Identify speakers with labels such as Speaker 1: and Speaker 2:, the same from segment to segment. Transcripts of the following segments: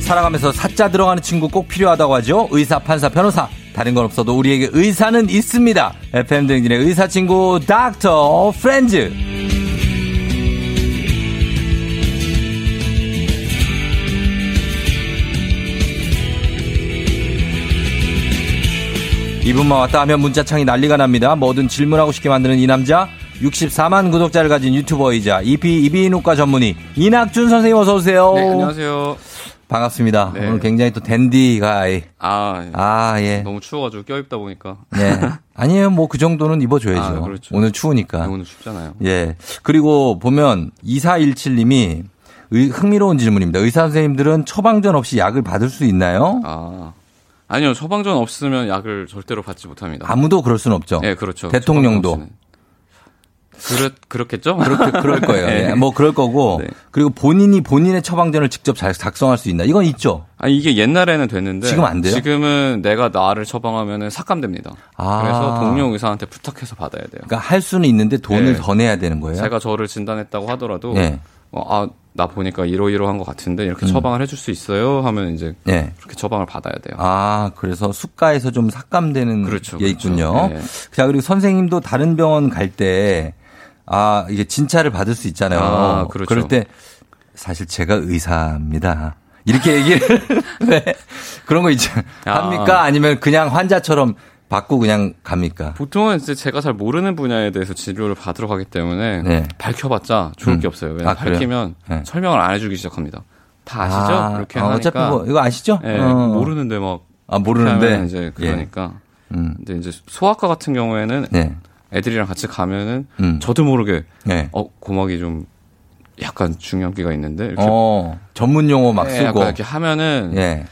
Speaker 1: 살아가면서 사자 들어가는 친구 꼭 필요하다고 하죠. 의사, 판사, 변호사. 다른 건 없어도 우리에게 의사는 있습니다. FM 등진의 의사 친구 닥터 프렌즈. 이분만 왔다 하면 문자창이 난리가 납니다. 뭐든 질문하고 싶게 만드는 이 남자 64만 구독자를 가진 유튜버이자 EP 이비인후과 전문의 이낙준 선생님 어서 오세요.
Speaker 2: 네, 안녕하세요.
Speaker 1: 반갑습니다.
Speaker 2: 네.
Speaker 1: 오늘 굉장히 또 댄디가 이
Speaker 2: 아,
Speaker 1: 아 예.
Speaker 2: 너무 추워가지고 껴입다 보니까
Speaker 1: 네. 아니에요. 뭐 그 정도는 입어줘야죠.
Speaker 2: 아, 그렇죠.
Speaker 1: 오늘 추우니까.
Speaker 2: 오늘 춥잖아요.
Speaker 1: 예. 그리고 보면 2417님이 흥미로운 질문입니다. 의사 선생님들은 처방전 없이 약을 받을 수 있나요?
Speaker 2: 아, 아니요, 처방전 없으면 약을 절대로 받지 못합니다.
Speaker 1: 아무도 그럴 수는 없죠.
Speaker 2: 네, 그렇죠.
Speaker 1: 대통령도.
Speaker 2: 처방전 없이는. 그렇 그렇겠죠?
Speaker 1: 그렇게 그럴 거예요.
Speaker 2: 네.
Speaker 1: 예, 뭐 그럴 거고
Speaker 2: 네.
Speaker 1: 그리고 본인이 본인의 처방전을 직접 잘 작성할 수 있나? 이건 있죠.
Speaker 2: 아니 이게 옛날에는 됐는데
Speaker 1: 지금 안 돼요?
Speaker 2: 지금은 내가 나를 처방하면은 삭감됩니다.
Speaker 1: 아.
Speaker 2: 그래서 동료 의사한테 부탁해서 받아야 돼요.
Speaker 1: 그러니까 할 수는 있는데 돈을
Speaker 2: 네.
Speaker 1: 더 내야 되는 거예요.
Speaker 2: 제가 저를 진단했다고 하더라도
Speaker 1: 네. 음.
Speaker 2: 어, 아, 나 보니까 이러이러한 것 같은데 이렇게 처방을 해줄 수 있어요 하면 이제
Speaker 1: 예.
Speaker 2: 그렇게 처방을 받아야 돼요.
Speaker 1: 아, 그래서 숙가에서 좀 삭감되는
Speaker 2: 그렇죠,
Speaker 1: 게 있군요.
Speaker 2: 그렇죠. 네.
Speaker 1: 자, 그리고 선생님도 다른 병원 갈 때 아, 이게 진찰을 받을 수 있잖아요.
Speaker 2: 아, 그렇죠.
Speaker 1: 럴때 사실 제가 의사입니다. 이렇게 얘기를 네. 그런 거 있죠.
Speaker 2: 아.
Speaker 1: 합니까? 아니면 그냥 환자처럼 받고 그냥 갑니까?
Speaker 2: 보통은 이제 제가 잘 모르는 분야에 대해서 진료를 받으러 가기 때문에
Speaker 1: 네.
Speaker 2: 밝혀봤자 좋을 게 없어요. 왜냐
Speaker 1: 아,
Speaker 2: 면
Speaker 1: 그래요?
Speaker 2: 밝히면
Speaker 1: 네.
Speaker 2: 설명을 안 해주기 시작합니다. 다 아시죠?
Speaker 1: 아,
Speaker 2: 이렇게
Speaker 1: 아,
Speaker 2: 하니까
Speaker 1: 어차피 뭐 이거 아시죠?
Speaker 2: 예,
Speaker 1: 어.
Speaker 2: 모르는데 막
Speaker 1: 아,
Speaker 2: 그렇게
Speaker 1: 모르는데
Speaker 2: 하면 이제
Speaker 1: 예.
Speaker 2: 그러니까
Speaker 1: 음.
Speaker 2: 근데 이제 소아과 같은 경우에는
Speaker 1: 네.
Speaker 2: 애들이랑 같이 가면은
Speaker 1: 음.
Speaker 2: 저도 모르게
Speaker 1: 네.
Speaker 2: 어 고막이 좀 약간 중염기가 있는데 이렇게
Speaker 1: 어, 전문 용어 막
Speaker 2: 예,
Speaker 1: 쓰고
Speaker 2: 약간 이렇게 하면은
Speaker 1: 예.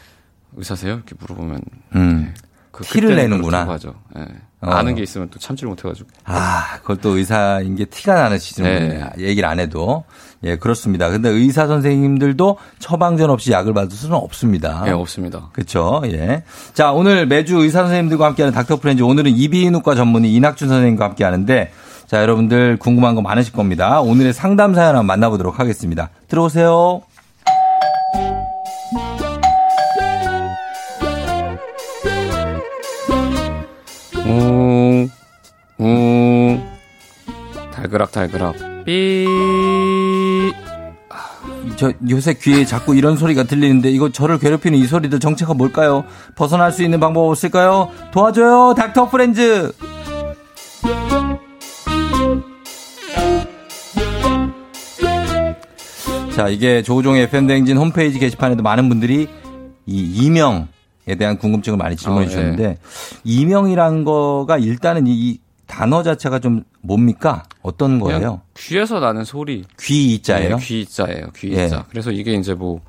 Speaker 2: 의사세요? 이렇게 물어보면
Speaker 1: 음.
Speaker 2: 그
Speaker 1: 티를
Speaker 2: 그때는
Speaker 1: 내는구나.
Speaker 2: 그렇다고 하죠. 예.
Speaker 1: 어.
Speaker 2: 아는 게 있으면 또 참지를 못해가지고.
Speaker 1: 아, 그걸 또 의사인 게 티가 나는 시즌 네. 얘기를 안 해도. 예, 그렇습니다. 근데 의사 선생님들도 처방전 없이 약을 받을 수는 없습니다.
Speaker 2: 예, 없습니다.
Speaker 1: 그렇죠. 예. 자, 오늘 매주 의사 선생님들과 함께하는 닥터 프렌즈 오늘은 이비인후과 전문의 이낙준 선생님과 함께 하는데 자, 여러분들 궁금한 거 많으실 겁니다. 오늘의 상담 사연 한번 만나보도록 하겠습니다. 들어오세요.
Speaker 2: 웅, 웅. 달그락, 달그락. 삐.
Speaker 1: 저 요새 귀에 자꾸 이런 소리가 들리는데 이거 저를 괴롭히는 이 소리들 정체가 뭘까요? 벗어날 수 있는 방법 없을까요? 도와줘요, 닥터 프렌즈. 자, 이게 조우종의 FM 대행진 홈페이지 게시판에도 많은 분들이 이 이명에 대한 궁금증을 많이 질문해
Speaker 2: 어, 예.
Speaker 1: 주셨는데 이명이란 거가 일단은 이, 이 단어 자체가 좀 뭡니까? 어떤
Speaker 2: 그냥
Speaker 1: 거예요?
Speaker 2: 귀에서 나는 소리.
Speaker 1: 귀 이자예요?
Speaker 2: 예, 귀 이자예요. 귀
Speaker 1: 예.
Speaker 2: 이자. 그래서 이게 이제 뭐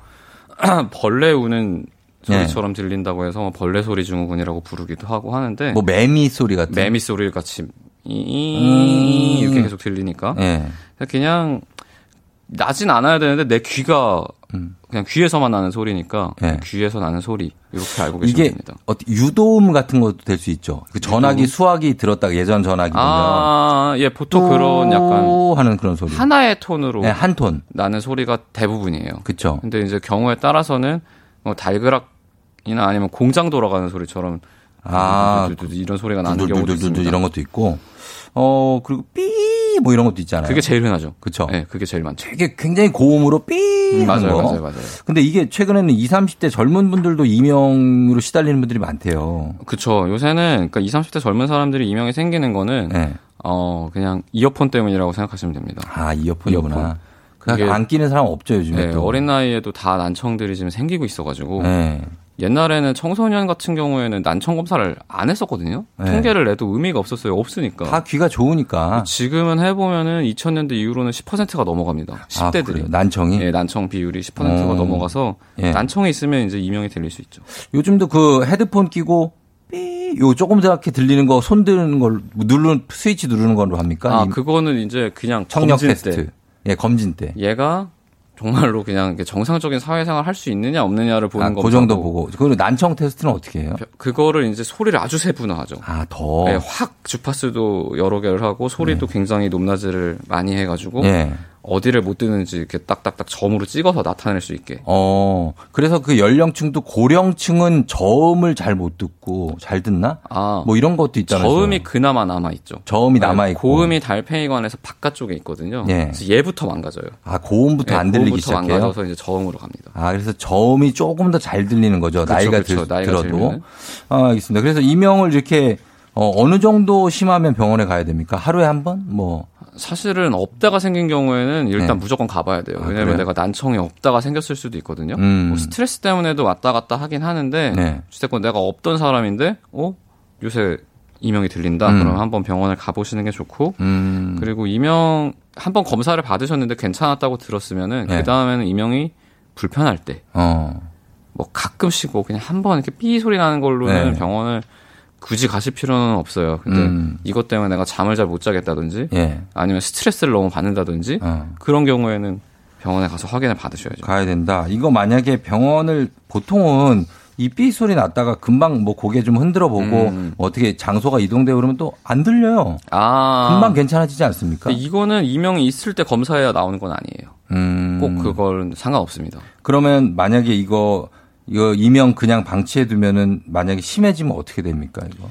Speaker 2: 벌레 우는 소리처럼
Speaker 1: 예.
Speaker 2: 들린다고 해서 뭐 벌레 소리 증후군이라고 부르기도 하고 하는데
Speaker 1: 뭐 매미 소리 같은
Speaker 2: 매미 소리 같이 이 이렇게 계속 들리니까
Speaker 1: 음. 예.
Speaker 2: 그냥 나진 않아야 되는데 내 귀가 그냥 귀에서만 나는 소리니까
Speaker 1: 음. 예.
Speaker 2: 귀에서 나는 소리 이렇게 알고 계시면
Speaker 1: 이게
Speaker 2: 됩니다.
Speaker 1: 어떻게 유도음 같은 것도 될 수 있죠. 그 전화기 수화기 들었다 예전 전화기 보면
Speaker 2: 아, 예, 보통 그런 약간
Speaker 1: 또 하는 그런 소리.
Speaker 2: 하나의 톤으로
Speaker 1: 네, 한 톤.
Speaker 2: 나는 소리가 대부분이에요.
Speaker 1: 그쵸.
Speaker 2: 근데 이제 경우에 따라서는 뭐 달그락이나 아니면 공장 돌아가는 소리처럼 음,
Speaker 1: 아,
Speaker 2: 두두두두 이런 소리가 나는 경우도
Speaker 1: 두두두두두
Speaker 2: 있습니다.
Speaker 1: 이런 것도 있고. 어, 그리고 삐 뭐 이런 것도 있잖아요.
Speaker 2: 그게 제일 흔하죠.
Speaker 1: 그쵸.
Speaker 2: 예, 그게 제일 많죠.
Speaker 1: 되게 굉장히 고음으로 뭐? 삐 하는
Speaker 2: 맞아요,
Speaker 1: 거.
Speaker 2: 맞아요, 맞아요.
Speaker 1: 근데 이게 최근에는 20, 30대 젊은 분들도 이명으로 시달리는 분들이 많대요.
Speaker 2: 그쵸. 요새는 그러니까 20, 30대 젊은 사람들이 이명이 생기는 거는
Speaker 1: 예.
Speaker 2: 어 그냥 이어폰 때문이라고 생각하시면 됩니다.
Speaker 1: 아, 이어폰이구나.
Speaker 2: 이어폰.
Speaker 1: 그냥
Speaker 2: 이게-
Speaker 1: 안 끼는 사람 없죠, 요즘에.
Speaker 2: 예,
Speaker 1: 또.
Speaker 2: 어린 나이에도 다 난청들이 지금 생기고 있어가지고
Speaker 1: 예.
Speaker 2: 옛날에는 청소년 같은 경우에는 난청 검사를 안 했었거든요.
Speaker 1: 네.
Speaker 2: 통계를 내도 의미가 없었어요. 없으니까.
Speaker 1: 다 귀가 좋으니까.
Speaker 2: 지금은 해보면은 2000년대 이후로는 10%가 넘어갑니다.
Speaker 1: 아, 그래요?
Speaker 2: 10대들이.
Speaker 1: 난청이.
Speaker 2: 예, 난청 비율이 10%가
Speaker 1: 어.
Speaker 2: 넘어가서
Speaker 1: 예.
Speaker 2: 난청이 있으면 이제 이명이 들릴 수 있죠.
Speaker 1: 요즘도 그 헤드폰 끼고 삐, 요 조금 작게 들리는 거 손 드는 걸 누르는 스위치 누르는 걸로 합니까?
Speaker 2: 아,
Speaker 1: 그러니까 이
Speaker 2: 그거는 이제 그냥
Speaker 1: 청력
Speaker 2: 검진
Speaker 1: 테스트.
Speaker 2: 때
Speaker 1: 예, 검진 때.
Speaker 2: 얘가 정말로 그냥 이렇게 정상적인 사회생활 할 수 있느냐 없느냐를 보는
Speaker 1: 아,
Speaker 2: 거.
Speaker 1: 그 정도 보고. 그리고 난청 테스트는 어떻게 해요?
Speaker 2: 그거를 이제 소리를 아주 세분화하죠.
Speaker 1: 아, 더.
Speaker 2: 네, 예, 확 주파수도 여러 개를 하고 소리도 굉장히 높낮이를 많이 해가지고
Speaker 1: 네. 예.
Speaker 2: 어디를 못 드는지 이렇게 딱딱딱 점으로 찍어서 나타낼 수 있게.
Speaker 1: 어, 그래서 그 연령층도 고령층은 저음을 잘 못 듣고 잘 듣나?
Speaker 2: 아,
Speaker 1: 뭐 이런 것도 있잖아요.
Speaker 2: 저음이 그나마 남아 있죠.
Speaker 1: 저음이 남아있고.
Speaker 2: 고음이 달팽이관에서 바깥쪽에 있거든요.
Speaker 1: 예.
Speaker 2: 그래서 얘부터 망가져요.
Speaker 1: 아, 고음부터
Speaker 2: 예,
Speaker 1: 안 들리기
Speaker 2: 고음부터
Speaker 1: 시작해요.
Speaker 2: 망가져서 이제 저음으로 갑니다.
Speaker 1: 아, 그래서 저음이 조금 더 잘 들리는 거죠.
Speaker 2: 그쵸,
Speaker 1: 나이가,
Speaker 2: 그쵸.
Speaker 1: 들,
Speaker 2: 나이가
Speaker 1: 어도
Speaker 2: 들면은.
Speaker 1: 아, 알겠습니다. 그래서 이명을 이렇게 어, 느 정도 심하면 병원에 가야 됩니까? 하루에 한 번? 뭐.
Speaker 2: 사실은 없다가 생긴 경우에는 일단
Speaker 1: 네.
Speaker 2: 무조건 가봐야 돼요.
Speaker 1: 아,
Speaker 2: 왜냐면
Speaker 1: 그래요?
Speaker 2: 내가 난청이 없다가 생겼을 수도 있거든요.
Speaker 1: 음.
Speaker 2: 뭐 스트레스 때문에도 왔다 갔다 하긴 하는데
Speaker 1: 네.
Speaker 2: 어쨌건 내가 없던 사람인데 어 요새 이명이 들린다.
Speaker 1: 음.
Speaker 2: 그럼 한번 병원을 가보시는 게 좋고
Speaker 1: 음.
Speaker 2: 그리고 이명 한번 검사를 받으셨는데 괜찮았다고 들었으면은
Speaker 1: 네.
Speaker 2: 그 다음에는 이명이 불편할 때 뭐
Speaker 1: 어.
Speaker 2: 가끔씩 뭐 그냥 한 번 이렇게 삐 소리 나는 걸로는
Speaker 1: 네.
Speaker 2: 병원을 굳이 가실 필요는 없어요. 근데
Speaker 1: 음.
Speaker 2: 이것 때문에 내가 잠을 잘 못 자겠다든지
Speaker 1: 예.
Speaker 2: 아니면 스트레스를 너무 받는다든지
Speaker 1: 어.
Speaker 2: 그런 경우에는 병원에 가서 확인을 받으셔야죠.
Speaker 1: 가야 된다. 이거 만약에 병원을 보통은 이 삐 소리 났다가 금방 뭐 고개 좀 흔들어 보고
Speaker 2: 음.
Speaker 1: 어떻게 장소가 이동되고 그러면 또 안 들려요.
Speaker 2: 아, 네.
Speaker 1: 금방 괜찮아지지 않습니까?
Speaker 2: 근데 이거는 이명이 있을 때 검사해야 나오는 건 아니에요.
Speaker 1: 음.
Speaker 2: 꼭 그건 상관없습니다.
Speaker 1: 그러면 만약에 이거 이거 이명 그냥 방치해 두면은 만약에 심해지면 어떻게 됩니까 이거?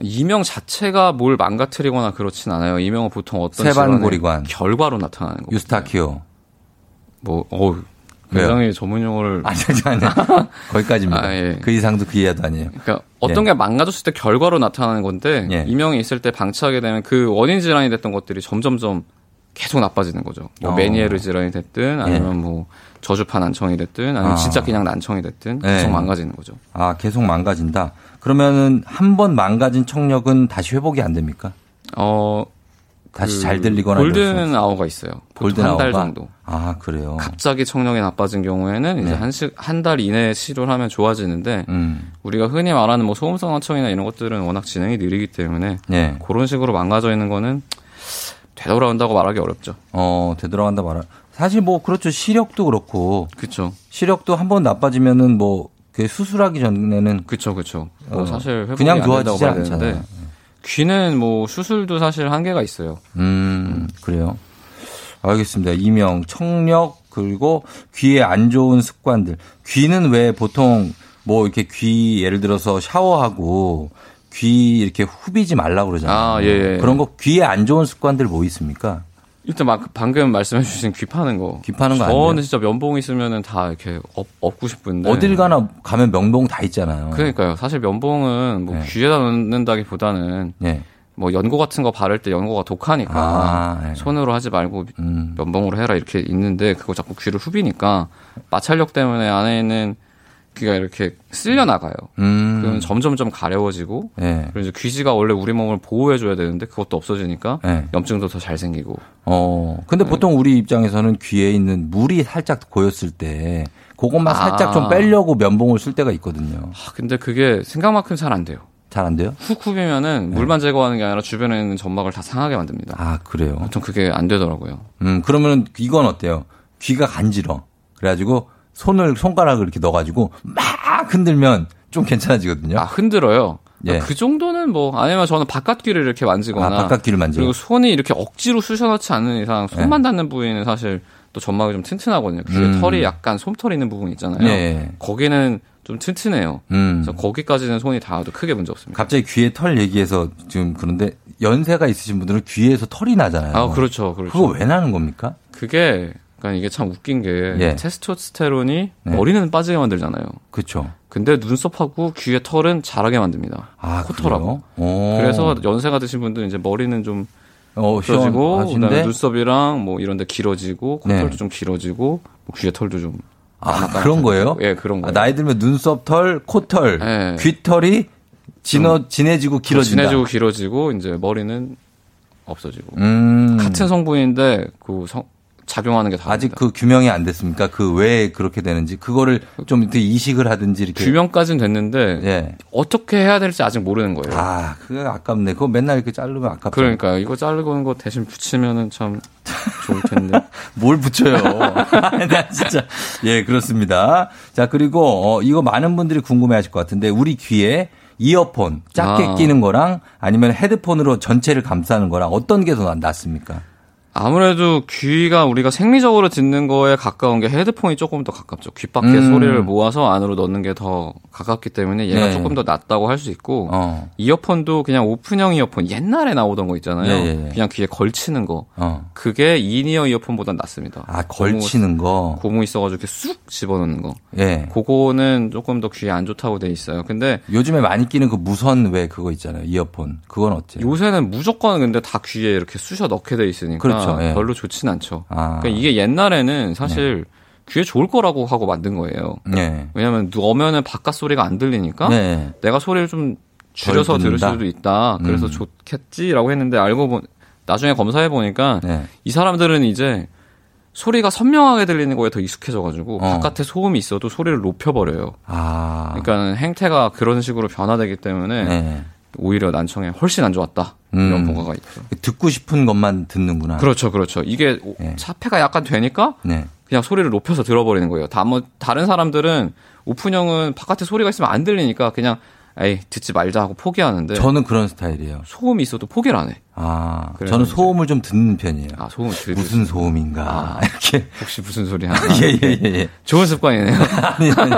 Speaker 2: 이명 자체가 뭘 망가뜨리거나 그렇진 않아요. 이명은 보통 어떤
Speaker 1: 세반고리관.
Speaker 2: 질환의 결과로 나타나는 거고.
Speaker 1: 유스타키오.
Speaker 2: 뭐 어우,
Speaker 1: 왜요?
Speaker 2: 굉장히 전문 용어를
Speaker 1: 아니 아니 아니. 거기까지입니다.
Speaker 2: 아, 예.
Speaker 1: 그 이상도 그 이하도 아니에요.
Speaker 2: 그러니까 어떤 게 망가졌을 때 결과로 나타나는 건데
Speaker 1: 예.
Speaker 2: 이명이 있을 때 방치하게 되면 그 원인 질환이 됐던 것들이 점점점 계속 나빠지는 거죠. 뭐
Speaker 1: 어. 예.
Speaker 2: 메니에르 질환이 됐든 아니면 뭐 저주파 난청이 됐든 아니면
Speaker 1: 아.
Speaker 2: 진짜 그냥 난청이 됐든
Speaker 1: 예.
Speaker 2: 계속 망가지는 거죠.
Speaker 1: 아 계속 망가진다. 그러면은 한 번 망가진 청력은 다시 회복이 안 됩니까?
Speaker 2: 어
Speaker 1: 다시
Speaker 2: 그
Speaker 1: 잘 들리거나 이럴 수는
Speaker 2: 골든 아워가 있어요.
Speaker 1: 골든
Speaker 2: 보통 한달
Speaker 1: 아워가?
Speaker 2: 정도.
Speaker 1: 아 그래요.
Speaker 2: 갑자기 청력이 나빠진 경우에는 이제
Speaker 1: 네.
Speaker 2: 한식 한 달 이내에 치료를 하면 좋아지는데
Speaker 1: 음.
Speaker 2: 우리가 흔히 말하는 뭐 소음성 난청이나 이런 것들은 워낙 진행이 느리기 때문에
Speaker 1: 예.
Speaker 2: 그런 식으로 망가져 있는 거는 되돌아온다고 말하기 어렵죠.
Speaker 1: 어 되돌아간다 말아. 사실 뭐 그렇죠. 시력도 그렇고
Speaker 2: 그렇죠.
Speaker 1: 시력도 한 번 나빠지면은 뭐 그 수술하기 전에는
Speaker 2: 그렇죠. 그렇죠.
Speaker 1: 어,
Speaker 2: 뭐 사실 회복이
Speaker 1: 그냥
Speaker 2: 안 된다고
Speaker 1: 좋아지지
Speaker 2: 봐야 되는데
Speaker 1: 않잖아요.
Speaker 2: 귀는 뭐 수술도 사실 한계가 있어요.
Speaker 1: 음, 그래요. 알겠습니다. 이명, 청력, 그리고 귀에 안 좋은 습관들. 귀는 왜 보통 뭐 이렇게 귀 예를 들어서 샤워하고 귀 이렇게 후비지 말라 그러잖아요.
Speaker 2: 아, 예, 예.
Speaker 1: 그런 거 귀에 안 좋은 습관들 뭐 있습니까?
Speaker 2: 일단 막 방금 말씀해 주신 귀 파는 거.
Speaker 1: 귀 파는 거안
Speaker 2: 저는
Speaker 1: 돼요?
Speaker 2: 진짜 면봉 있으면은 다 이렇게 업, 업고 싶은데.
Speaker 1: 어딜 가나 가면 명동 다 있잖아요.
Speaker 2: 네. 그러니까요. 사실 면봉은 뭐
Speaker 1: 네.
Speaker 2: 귀에다 넣는다기보다는
Speaker 1: 예.
Speaker 2: 뭐 연고 같은 거 바를 때 연고가 독하니까
Speaker 1: 아, 예.
Speaker 2: 손으로 하지 말고
Speaker 1: 음.
Speaker 2: 면봉으로 해라 이렇게 있는데 그거 자꾸 귀를 후비니까 마찰력 때문에 안에 있는 귀가 이렇게 쓸려 나가요. 그러면
Speaker 1: 음.
Speaker 2: 점점점 가려워지고
Speaker 1: 예.
Speaker 2: 그리고 이제 귀지가 원래 우리 몸을 보호해줘야 되는데 그것도 없어지니까
Speaker 1: 예.
Speaker 2: 염증도 더 잘 생기고
Speaker 1: 어.
Speaker 2: 네.
Speaker 1: 근데 보통 우리 입장에서는 귀에 있는 물이 살짝 고였을 때 그것만 살짝 좀
Speaker 2: 아.
Speaker 1: 빼려고 면봉을 쓸 때가 있거든요.
Speaker 2: 아, 근데 그게 생각만큼 잘 안 돼요.
Speaker 1: 잘 안 돼요?
Speaker 2: 훅 후비면은 물만 제거하는 게 아니라 주변에 있는 점막을 다 상하게 만듭니다.
Speaker 1: 네. 아, 그래요.
Speaker 2: 보통 그게 안 되더라고요.
Speaker 1: 음, 그러면 이건 어때요? 귀가 간지러. 그래가지고 손을, 손가락을 이렇게 넣어가지고 막 흔들면 좀 괜찮아지거든요.
Speaker 2: 아 흔들어요.
Speaker 1: 예.
Speaker 2: 그 정도는 뭐 아니면 저는 바깥 귀를 이렇게 만지거나
Speaker 1: 아, 바깥 귀를 만져요?
Speaker 2: 그리고 손이 이렇게 억지로 쑤셔넣지 않는 이상 손만 닿는 부위는 사실 또 점막이 좀 튼튼하거든요. 귀에
Speaker 1: 네. 음.
Speaker 2: 털이 약간 솜털 있는 부분 있잖아요.
Speaker 1: 네.
Speaker 2: 거기는 좀 튼튼해요.
Speaker 1: 음.
Speaker 2: 그래서 거기까지는 손이 닿아도 크게 문제 없습니다.
Speaker 1: 갑자기 귀에 털 얘기해서 지금 그런데 연세가 있으신 분들은 귀에서 털이 나잖아요.
Speaker 2: 아 그렇죠, 그렇죠.
Speaker 1: 거왜 나는 겁니까?
Speaker 2: 그게 그러니까 이게 참 웃긴 게
Speaker 1: 예.
Speaker 2: 테스토스테론이
Speaker 1: 네.
Speaker 2: 머리는 빠지게 만들잖아요.
Speaker 1: 그쵸.
Speaker 2: 근데 눈썹하고 귀의 털은 자라게 만듭니다.
Speaker 1: 아,
Speaker 2: 코털하고.
Speaker 1: 그래요? 오.
Speaker 2: 그래서 연세가 드신 분들은 이제 머리는 좀
Speaker 1: 어,
Speaker 2: 길어지고 그다음에
Speaker 1: 시원하신데?
Speaker 2: 눈썹이랑 뭐 이런데 길어지고 콧털도
Speaker 1: 네.
Speaker 2: 좀 길어지고 뭐 귀에 털도 좀
Speaker 1: 아, 그런 거예요?
Speaker 2: 예 그런 거
Speaker 1: 아, 나이 들면 눈썹 털, 코털,
Speaker 2: 예.
Speaker 1: 귀털이 진어, 진해지고 그 길어진다.
Speaker 2: 진해지고 길어지고 이제 머리는 없어지고
Speaker 1: 음.
Speaker 2: 같은 성분인데 그 성, 작용하는 게 다릅니다.
Speaker 1: 아직 그 규명이 안 됐습니까? 그 왜 그렇게 되는지 그거를 좀 이렇게 이식을 하든지 이렇게
Speaker 2: 규명까지는 됐는데
Speaker 1: 예.
Speaker 2: 어떻게 해야 될지 아직 모르는 거예요.
Speaker 1: 아, 그거 아깝네. 그거 맨날 이렇게 자르면 아깝죠.
Speaker 2: 그러니까 이거 자르는 거 대신 붙이면은 참 좋을 텐데.
Speaker 1: 뭘 붙여요? 나 진짜. 예, 그렇습니다. 자, 그리고 어, 이거 많은 분들이 궁금해 하실 것 같은데 우리 귀에 이어폰 작게
Speaker 2: 아.
Speaker 1: 끼는 거랑 아니면 헤드폰으로 전체를 감싸는 거랑 어떤 게 더 낫습니까?
Speaker 2: 아무래도 귀가 우리가 생리적으로 듣는 거에 가까운 게 헤드폰이 조금 더 가깝죠. 귀 밖에
Speaker 1: 음.
Speaker 2: 소리를 모아서 안으로 넣는 게 더 가깝기 때문에 얘가
Speaker 1: 네.
Speaker 2: 조금 더 낫다고 할 수 있고
Speaker 1: 어.
Speaker 2: 이어폰도 그냥 오픈형 이어폰 옛날에 나오던 거 있잖아요.
Speaker 1: 예, 예, 예.
Speaker 2: 그냥 귀에 걸치는 거.
Speaker 1: 어.
Speaker 2: 그게 인이어 이어폰보단 낫습니다.
Speaker 1: 아, 걸치는 거.
Speaker 2: 고무 있어가지고 이렇게 쑥 집어넣는 거.
Speaker 1: 예.
Speaker 2: 그거는 조금 더 귀에 안 좋다고 돼 있어요. 근데
Speaker 1: 요즘에 많이 끼는 그 무선 왜 그거 있잖아요. 이어폰. 그건 어째?
Speaker 2: 요새는 무조건 근데 다 귀에 이렇게 쑤셔 넣게 돼 있으니까
Speaker 1: 그렇죠, 예.
Speaker 2: 별로 좋진 않죠.
Speaker 1: 아.
Speaker 2: 그러니까 이게 옛날에는 사실 귀에 좋을 거라고 하고 만든 거예요.
Speaker 1: 네.
Speaker 2: 왜냐면 넣으면은 바깥 소리가 안 들리니까
Speaker 1: 네.
Speaker 2: 내가 소리를 좀 줄여서
Speaker 1: 덜
Speaker 2: 들을
Speaker 1: 듣는다?
Speaker 2: 수도 있다. 그래서
Speaker 1: 음.
Speaker 2: 좋겠지라고 했는데 알고 보 나중에 검사해 보니까
Speaker 1: 네.
Speaker 2: 이 사람들은 이제 소리가 선명하게 들리는 거에 더 익숙해져가지고
Speaker 1: 어.
Speaker 2: 바깥에 소음이 있어도 소리를 높여버려요.
Speaker 1: 아.
Speaker 2: 그러니까 행태가 그런 식으로 변화되기 때문에
Speaker 1: 네.
Speaker 2: 오히려 난청에 훨씬 안 좋았다 이런
Speaker 1: 음. 아.
Speaker 2: 보고가 있죠.
Speaker 1: 듣고 싶은 것만 듣는구나.
Speaker 2: 그렇죠, 그렇죠. 이게 오-
Speaker 1: 네.
Speaker 2: 차폐가 약간 되니까
Speaker 1: 네.
Speaker 2: 그냥 소리를 높여서 들어버리는 거예요. 다 뭐 다른 사람들은 오픈형은 바깥에 소리가 있으면 안 들리니까 그냥 에이 듣지 말자 하고 포기하는데
Speaker 1: 저는 그런 스타일이에요.
Speaker 2: 소음이 있어도 포기를 안 해.
Speaker 1: 아,
Speaker 2: 그래서
Speaker 1: 저는
Speaker 2: 이제-
Speaker 1: 소음을 좀 듣는 편이에요.
Speaker 2: 아 소음 들
Speaker 1: 무슨 소음인가.
Speaker 2: 아.
Speaker 1: 이렇게.
Speaker 2: 혹시 무슨 소리 하나?
Speaker 1: 예, 예, 예, 예.
Speaker 2: 좋은 습관이네요.
Speaker 1: 아니, 아니,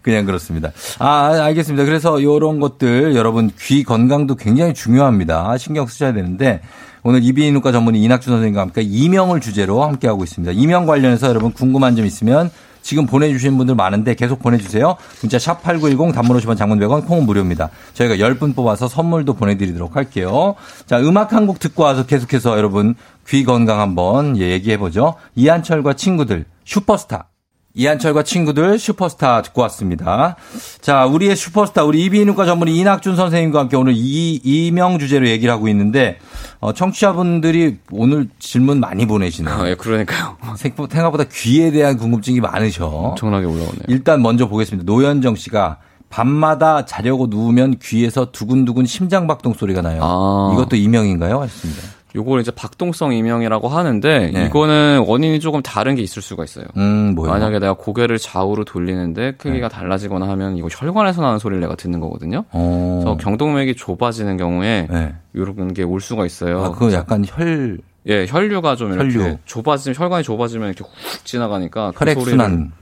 Speaker 1: 그냥 그렇습니다. 아, 알겠습니다. 그래서 이런 것들 여러분 귀 건강도 굉장히 중요합니다. 신경 쓰셔야 되는데 오늘 이비인후과 전문의 이낙준 선생님과 함께 이명을 주제로 함께하고 있습니다. 이명 관련해서 여러분 궁금한 점 있으면 지금 보내주신 분들 많은데 계속 보내주세요. 문자 샵 8910 단문 50원 장문 100원 콩은 무료입니다. 저희가 10분 뽑아서 선물도 보내드리도록 할게요. 자, 음악 한 곡 듣고 와서 계속해서 여러분 귀 건강 한번 예, 얘기해보죠. 이한철과 친구들 슈퍼스타. 이한철과 친구들 슈퍼스타 듣고 왔습니다. 자, 우리의 슈퍼스타, 우리 이비인후과 전문의 이낙준 선생님과 함께 오늘 이, 이명 주제로 얘기를 하고 있는데, 어, 청취자분들이 오늘 질문 많이 보내시네요.
Speaker 2: 예, 그러니까요.
Speaker 1: 생각- 생각보다 귀에 대한 궁금증이 많으셔.
Speaker 2: 엄청나게 올라오네요.
Speaker 1: 일단 먼저 보겠습니다. 노현정 씨가 밤마다 자려고 누우면 귀에서 두근두근 심장박동 소리가 나요.
Speaker 2: 아.
Speaker 1: 이것도 이명인가요? 하셨습니다.
Speaker 2: 요걸 이제 박동성 이명이라고 하는데
Speaker 1: 네.
Speaker 2: 이거는 원인이 조금 다른 게 있을 수가 있어요.
Speaker 1: 음, 뭐요? 네.
Speaker 2: 만약에 내가 고개를 좌우로 돌리는데 크기가 달라지거나 하면 이거 혈관에서 나는 소리를 내가 듣는 거거든요.
Speaker 1: 어.
Speaker 2: 그래서 경동맥이 좁아지는 경우에
Speaker 1: 네.
Speaker 2: 이런 게 올 수가 있어요.
Speaker 1: 아, 그거 약간 혈,
Speaker 2: 예, 혈류가 좀 이렇게
Speaker 1: 혈류.
Speaker 2: 좁아지면 혈관이 좁아지면 이렇게 훅 지나가니까 그 소리를
Speaker 1: 혈액순환.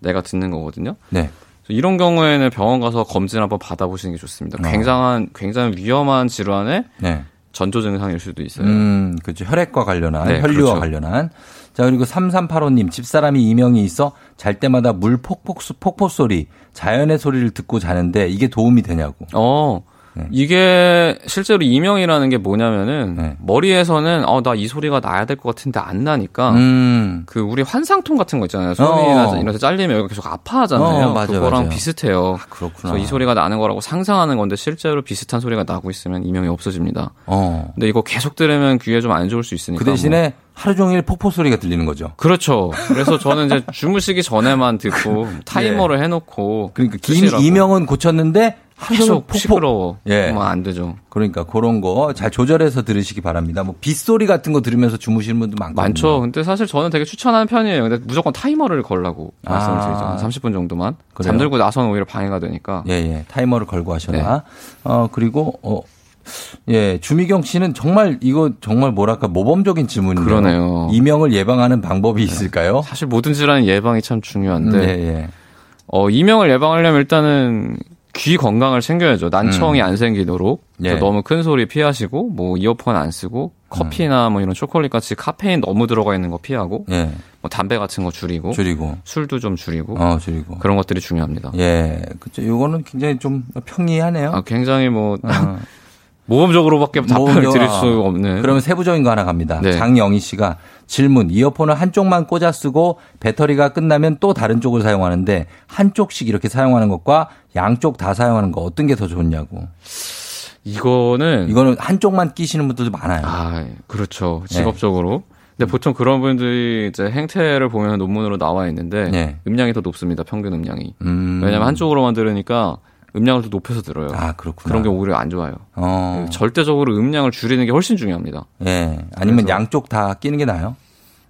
Speaker 2: 내가 듣는 거거든요.
Speaker 1: 네.
Speaker 2: 그래서 이런 경우에는 병원 가서 검진 한번 받아보시는 게 좋습니다.
Speaker 1: 어.
Speaker 2: 굉장한 굉장히 위험한 질환의
Speaker 1: 네.
Speaker 2: 전조 증상일 수도 있어요.
Speaker 1: 음, 그렇죠. 혈액과 관련한,
Speaker 2: 네,
Speaker 1: 혈류와
Speaker 2: 그렇죠.
Speaker 1: 관련한. 자, 그리고 3385님, 집사람이 이명이 있어 잘 때마다 물 폭폭, 소- 폭포 소리, 자연의 소리를 듣고 자는데 이게 도움이 되냐고.
Speaker 2: 어.
Speaker 1: 네.
Speaker 2: 이게 실제로 이명이라는 게 뭐냐면은
Speaker 1: 네.
Speaker 2: 머리에서는 어 나 이 소리가 나야 될 것 같은데 안 나니까
Speaker 1: 음,
Speaker 2: 그 우리 환상통 같은 거 있잖아요
Speaker 1: 어.
Speaker 2: 소리나 이런 데 잘리면 여기 계속 아파하잖아요
Speaker 1: 어, 맞아요,
Speaker 2: 그거랑
Speaker 1: 맞아요.
Speaker 2: 비슷해요
Speaker 1: 아, 그렇구나.
Speaker 2: 그래서 이 소리가 나는 거라고 상상하는 건데 실제로 비슷한 소리가 나고 있으면 이명이 없어집니다
Speaker 1: 어.
Speaker 2: 근데 이거 계속 들으면 귀에 좀 안 좋을 수 있으니까
Speaker 1: 그
Speaker 2: 뭐.
Speaker 1: 대신에 하루 종일 폭포 소리가 들리는 거죠.
Speaker 2: 그렇죠 그래서 저는 이제 주무시기 전에만 듣고 타이머를 해놓고
Speaker 1: 그, 그러니까 기-
Speaker 2: 쓰시라고.
Speaker 1: 이명은 고쳤는데 하루 종일
Speaker 2: 계속
Speaker 1: 폭포.
Speaker 2: 시끄러워
Speaker 1: 예.
Speaker 2: 그러면 안 되죠
Speaker 1: 그러니까 그런 거 잘 조절해서 들으시기 바랍니다. 뭐 빗소리 같은 거 들으면서 주무시는 분도 많거든요.
Speaker 2: 많죠. 근데 사실 저는 되게 추천하는 편이에요. 근데 무조건 타이머를 걸라고
Speaker 1: 아.
Speaker 2: 말씀을 드리죠. 한 30분 정도만.
Speaker 1: 그래요?
Speaker 2: 잠들고 나서는 오히려 방해가 되니까.
Speaker 1: 예, 예. 타이머를 걸고
Speaker 2: 네.
Speaker 1: 하셔라. 어, 그리고, 어, 예. 주미경 씨는 정말 이거 정말 뭐랄까 모범적인 질문이네요.
Speaker 2: 그러네요. 네.
Speaker 1: 이명을 예방하는 방법이 있을까요?
Speaker 2: 사실 모든 질환은 예방이 참 중요한데
Speaker 1: 예, 예.
Speaker 2: 어, 이명을 예방하려면 일단은 귀 건강을 챙겨야죠. 난청이
Speaker 1: 음.
Speaker 2: 안 생기도록
Speaker 1: 예.
Speaker 2: 너무 큰 소리 피하시고 뭐 이어폰 안 쓰고
Speaker 1: 음.
Speaker 2: 커피나 뭐 이런 초콜릿 같이 카페인 너무 들어가 있는 거 피하고
Speaker 1: 예.
Speaker 2: 뭐 담배 같은 거 줄이고
Speaker 1: 줄이고.
Speaker 2: 술도 좀 줄이고
Speaker 1: 어, 줄이고.
Speaker 2: 그런 것들이 중요합니다.
Speaker 1: 예. 그쵸. 요거는 굉장히 좀 평이하네요.
Speaker 2: 아, 굉장히 뭐 모범적으로밖에 답변을
Speaker 1: 어. 모범적으로.
Speaker 2: 드릴 수 없는
Speaker 1: 그러면 세부적인 거 하나 갑니다.
Speaker 2: 네.
Speaker 1: 장영희 씨가 질문. 이어폰을 한쪽만 꽂아 쓰고 배터리가 끝나면 또 다른 쪽을 사용하는데 한쪽씩 이렇게 사용하는 것과 양쪽 다 사용하는 거 어떤 게 더 좋냐고.
Speaker 2: 이거는
Speaker 1: 이거는 한쪽만 끼시는 분들도 많아요.
Speaker 2: 아 그렇죠
Speaker 1: 네.
Speaker 2: 직업적으로
Speaker 1: 음.
Speaker 2: 근데 보통 그런 분들이 이제 행태를 보면 논문으로 나와 있는데
Speaker 1: 네.
Speaker 2: 음량이 더 높습니다 평균 음량이
Speaker 1: 음.
Speaker 2: 왜냐면 한쪽으로만 들으니까 음량을 더 높여서 들어요
Speaker 1: 아, 그렇구나.
Speaker 2: 그런 게 오히려 안 좋아요
Speaker 1: 어.
Speaker 2: 절대적으로 음량을 줄이는 게 훨씬 중요합니다
Speaker 1: 예. 아니면
Speaker 2: 그래서-
Speaker 1: 양쪽 다 끼는 게 나아요?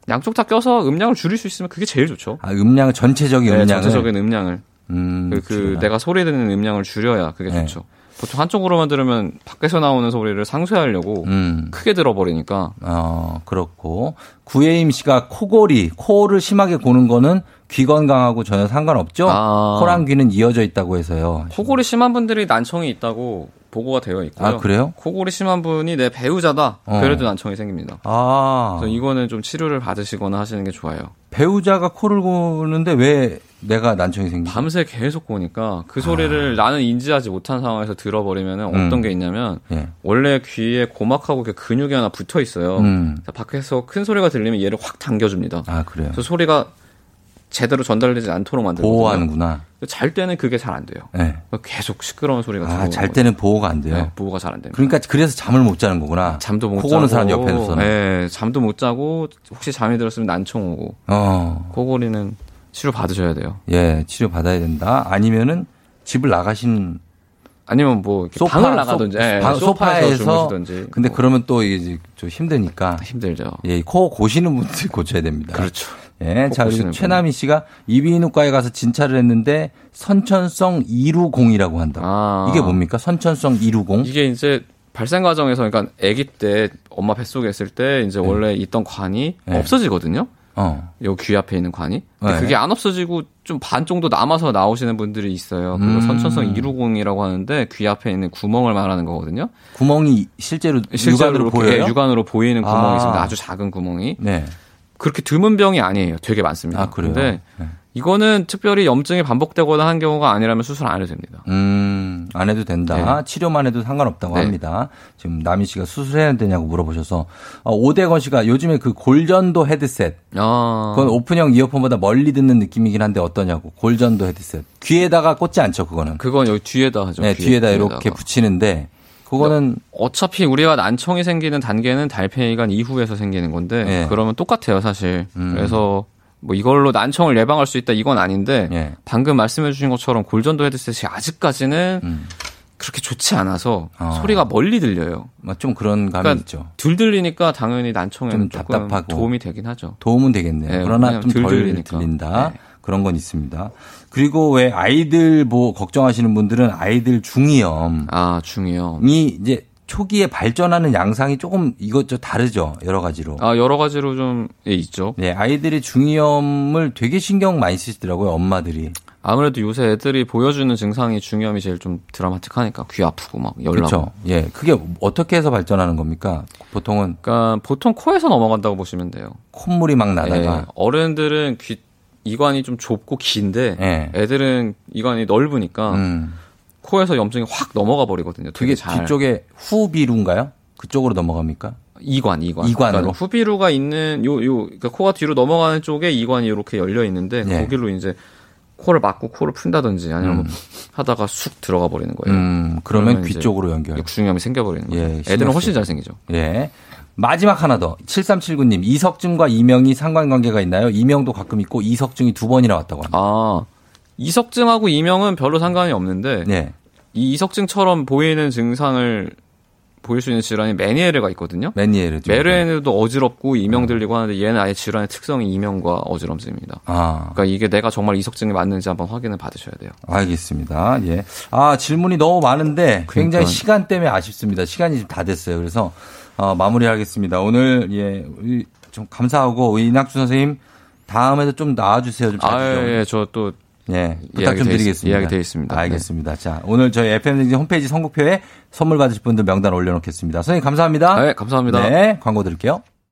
Speaker 2: 양쪽 다 껴서 음량을 줄일 수 있으면 그게 제일 좋죠
Speaker 1: 아, 음량을 전체적인
Speaker 2: 네,
Speaker 1: 음량을
Speaker 2: 전체적인 음량을
Speaker 1: 음.
Speaker 2: 그, 그
Speaker 1: 줄여라.
Speaker 2: 내가 소리 듣는 음량을 줄여야 그게
Speaker 1: 네.
Speaker 2: 좋죠 보통 한쪽으로만 들으면 밖에서 나오는 소리를 상쇄하려고
Speaker 1: 음.
Speaker 2: 크게 들어버리니까
Speaker 1: 어, 그렇고. 구혜임 씨가 코골이, 코를 심하게 고는 거는 귀 건강하고 전혀 상관없죠?
Speaker 2: 아.
Speaker 1: 코랑 귀는 이어져 있다고 해서요.
Speaker 2: 코골이 심한 분들이 난청이 있다고 보고가 되어 있고요.
Speaker 1: 아, 그래요?
Speaker 2: 코골이 심한 분이 내 배우자다.
Speaker 1: 어.
Speaker 2: 그래도 난청이 생깁니다.
Speaker 1: 아.
Speaker 2: 그래서 이거는 좀 치료를 받으시거나 하시는 게 좋아요.
Speaker 1: 배우자가 코를 고는데 왜 내가 난청이 생기지?
Speaker 2: 밤새 계속 고니까 그 소리를 나는 인지하지 못한 상황에서 들어버리면
Speaker 1: 아. 음.
Speaker 2: 어떤 게 있냐면
Speaker 1: 예.
Speaker 2: 원래 귀에 고막하고 이렇게 근육이 하나 붙어 있어요.
Speaker 1: 음.
Speaker 2: 그래서 밖에서 큰 소리가 들리면 얘를 확 당겨줍니다.
Speaker 1: 아, 그래요.
Speaker 2: 그래서 소리가 제대로 전달되지 않도록 만들고
Speaker 1: 보호하는구나.
Speaker 2: 잘 때는 그게 잘 안 돼요.
Speaker 1: 예.
Speaker 2: 그러니까 계속 시끄러운 소리가
Speaker 1: 아,
Speaker 2: 들어오는
Speaker 1: 잘
Speaker 2: 거죠.
Speaker 1: 때는 보호가 안 돼요.
Speaker 2: 네, 보호가 잘 안 됩니다.
Speaker 1: 그러니까 그래서 잠을 못 자는 거구나.
Speaker 2: 잠도 못
Speaker 1: 코고는
Speaker 2: 자고
Speaker 1: 사람 옆에서는.
Speaker 2: 예, 잠도 못 자고 혹시 잠이 들었으면 난청 오고
Speaker 1: 어.
Speaker 2: 코골이는 치료 받으셔야 돼요.
Speaker 1: 예, 치료 받아야 된다. 아니면은 집을 나가신
Speaker 2: 아니면 뭐 이렇게
Speaker 1: 소파,
Speaker 2: 방을 나가든지
Speaker 1: 소-
Speaker 2: 예,
Speaker 1: 방- 소파에서
Speaker 2: 주무시든지
Speaker 1: 근데
Speaker 2: 뭐
Speaker 1: 그러면 또 이게 이제 좀 힘드니까
Speaker 2: 힘들죠.
Speaker 1: 예, 코 고시는 분들 고쳐야 됩니다.
Speaker 2: 그렇죠.
Speaker 1: 예,
Speaker 2: 코
Speaker 1: 자 그리고
Speaker 2: 고시는
Speaker 1: 최남희 씨가 이비인후과에 가서 진찰을 했는데 선천성 이루공이라고 한다.
Speaker 2: 아.
Speaker 1: 이게 뭡니까? 선천성 이루공?
Speaker 2: 이게 이제 발생 과정에서 그러니까 아기 때 엄마 뱃속에 있을 때 이제 원래 있던 관이
Speaker 1: 네.
Speaker 2: 없어지거든요.
Speaker 1: 어,
Speaker 2: 요 귀 앞에 있는 관이. 근데
Speaker 1: 네.
Speaker 2: 그게 안 없어지고 좀 반 정도 남아서 나오시는 분들이 있어요. 그걸
Speaker 1: 음.
Speaker 2: 선천성 이루공이라고 하는데 귀 앞에 있는 구멍을 말하는 거거든요.
Speaker 1: 구멍이 실제로,
Speaker 2: 실제로
Speaker 1: 육안으로
Speaker 2: 이렇게
Speaker 1: 보여요?
Speaker 2: 육안으로 보이는 구멍이
Speaker 1: 아.
Speaker 2: 있습니다. 아주 작은 구멍이.
Speaker 1: 네.
Speaker 2: 그렇게 드문 병이 아니에요. 되게 많습니다.
Speaker 1: 아 그래요.
Speaker 2: 근데
Speaker 1: 네.
Speaker 2: 이거는 특별히 염증이 반복되거나 한 경우가 아니라면 수술 안 해도 됩니다.
Speaker 1: 음, 안 해도 된다. 치료만 해도 상관없다고
Speaker 2: 네.
Speaker 1: 합니다. 지금 남희 씨가 수술해야 되냐고 물어보셔서 어, 오대건 씨가 요즘에 그 골전도 헤드셋
Speaker 2: 아.
Speaker 1: 그건 오픈형 이어폰보다 멀리 듣는 느낌이긴 한데 어떠냐고 골전도 헤드셋 귀에다가 꽂지 않죠 그거는
Speaker 2: 그건 여기 뒤에다 하죠.
Speaker 1: 네, 뒤에다 이렇게 붙이는데 그거는
Speaker 2: 어차피 우리가 난청이 생기는 단계는 달팽이관 이후에서 생기는 건데
Speaker 1: 네. 음.
Speaker 2: 그러면 똑같아요 사실. 그래서 뭐 이걸로 난청을 예방할 수 있다 이건 아닌데
Speaker 1: 예.
Speaker 2: 방금 말씀해 주신 것처럼 골전도 헤드셋이 아직까지는
Speaker 1: 음.
Speaker 2: 그렇게 좋지 않아서
Speaker 1: 어.
Speaker 2: 소리가 멀리 들려요.
Speaker 1: 뭐좀 그런 감이
Speaker 2: 그러니까
Speaker 1: 있죠
Speaker 2: 덜 들리니까 당연히 난청에는
Speaker 1: 좀
Speaker 2: 조금
Speaker 1: 답답하고.
Speaker 2: 도움이 되긴 하죠.
Speaker 1: 도움은 되겠네요
Speaker 2: 네,
Speaker 1: 그러나
Speaker 2: 왜냐면
Speaker 1: 좀
Speaker 2: 덜
Speaker 1: 덜
Speaker 2: 들리니까.
Speaker 1: 들린다
Speaker 2: 네.
Speaker 1: 그런 건 있습니다 그리고 왜 아이들 뭐 걱정하시는 분들은 아이들 중이염
Speaker 2: 아 중이요.
Speaker 1: 이 이제 초기에 발전하는 양상이 조금 이것저것 다르죠 여러 가지로
Speaker 2: 아 여러 가지로 좀 예, 있죠.
Speaker 1: 네, 아이들이 중이염을 되게 신경 많이 쓰시더라고요 엄마들이
Speaker 2: 아무래도 요새 애들이 보여주는 증상이 중이염이 제일 좀 드라마틱하니까 귀 아프고 막 열나고.
Speaker 1: 그렇죠. 예, 그게 어떻게 해서 발전하는 겁니까? 보통은
Speaker 2: 그러니까 보통 코에서 넘어간다고 보시면 돼요.
Speaker 1: 콧물이 막 나다가
Speaker 2: 예, 어른들은 귀 이관이 좀 좁고 긴데
Speaker 1: 예.
Speaker 2: 애들은 이관이 넓으니까
Speaker 1: 음.
Speaker 2: 코에서 염증이 확 넘어가 버리거든요. 어, 되게
Speaker 1: 그게
Speaker 2: 잘.
Speaker 1: 뒤쪽에 후비루인가요? 그쪽으로 넘어갑니까?
Speaker 2: 이관, 이관.
Speaker 1: 이관으로?
Speaker 2: 그러니까 후비루가 있는 요, 요, 그러니까 코가 뒤로 넘어가는 쪽에 이관이 이렇게 열려 있는데,
Speaker 1: 예.
Speaker 2: 거기로 이제 코를 막고 코를 푼다든지 아니면 뭐 하다가 쑥 들어가 버리는 거예요.
Speaker 1: 음, 그러면
Speaker 2: 그러면
Speaker 1: 귀
Speaker 2: 이제
Speaker 1: 쪽으로 연결.
Speaker 2: 육중염이 생겨버리는
Speaker 1: 예,
Speaker 2: 거예요.
Speaker 1: 신경
Speaker 2: 애들은 훨씬 잘 생기죠.
Speaker 1: 예. 마지막 하나 더. 7379님, 이석증과 이명이 상관관계가 있나요? 이명도 가끔 있고 이석증이 두 번이나 왔다고 합니다.
Speaker 2: 아, 이석증하고 이명은 별로 상관이 없는데,
Speaker 1: 예.
Speaker 2: 이 이석증처럼 보이는 증상을 보일 수 있는 질환이 메니에르가 있거든요.
Speaker 1: 메니에르. 증.
Speaker 2: 메르에르도 어지럽고 이명 들리고 하는데 얘는 아예 질환의 특성이 이명과 어지럼증입니다.
Speaker 1: 아,
Speaker 2: 그러니까 이게 내가 정말 이석증이 맞는지 한번 확인을 받으셔야 돼요.
Speaker 1: 알겠습니다. 예. 아, 질문이 너무 많은데 굉장히
Speaker 2: 그러니까요.
Speaker 1: 시간 때문에 아쉽습니다. 시간이 지금 다 됐어요. 그래서 어, 마무리하겠습니다. 오늘 예, 이- 좀 감사하고 이낙주 선생님 다음에도 좀 나와주세요. 좀
Speaker 2: 아,
Speaker 1: 자주 좀.
Speaker 2: 예, 저 또
Speaker 1: 예, 부탁
Speaker 2: 이야기
Speaker 1: 좀
Speaker 2: 돼 있-
Speaker 1: 드리겠습니다.
Speaker 2: 이야기 돼 있습니다.
Speaker 1: 알겠습니다. 자, 오늘 저희 FM등진 홈페이지 선곡표에 선물 받으실 분들 명단 올려놓겠습니다. 선생님 감사합니다.
Speaker 2: 네, 감사합니다.
Speaker 1: 네, 광고 드릴게요.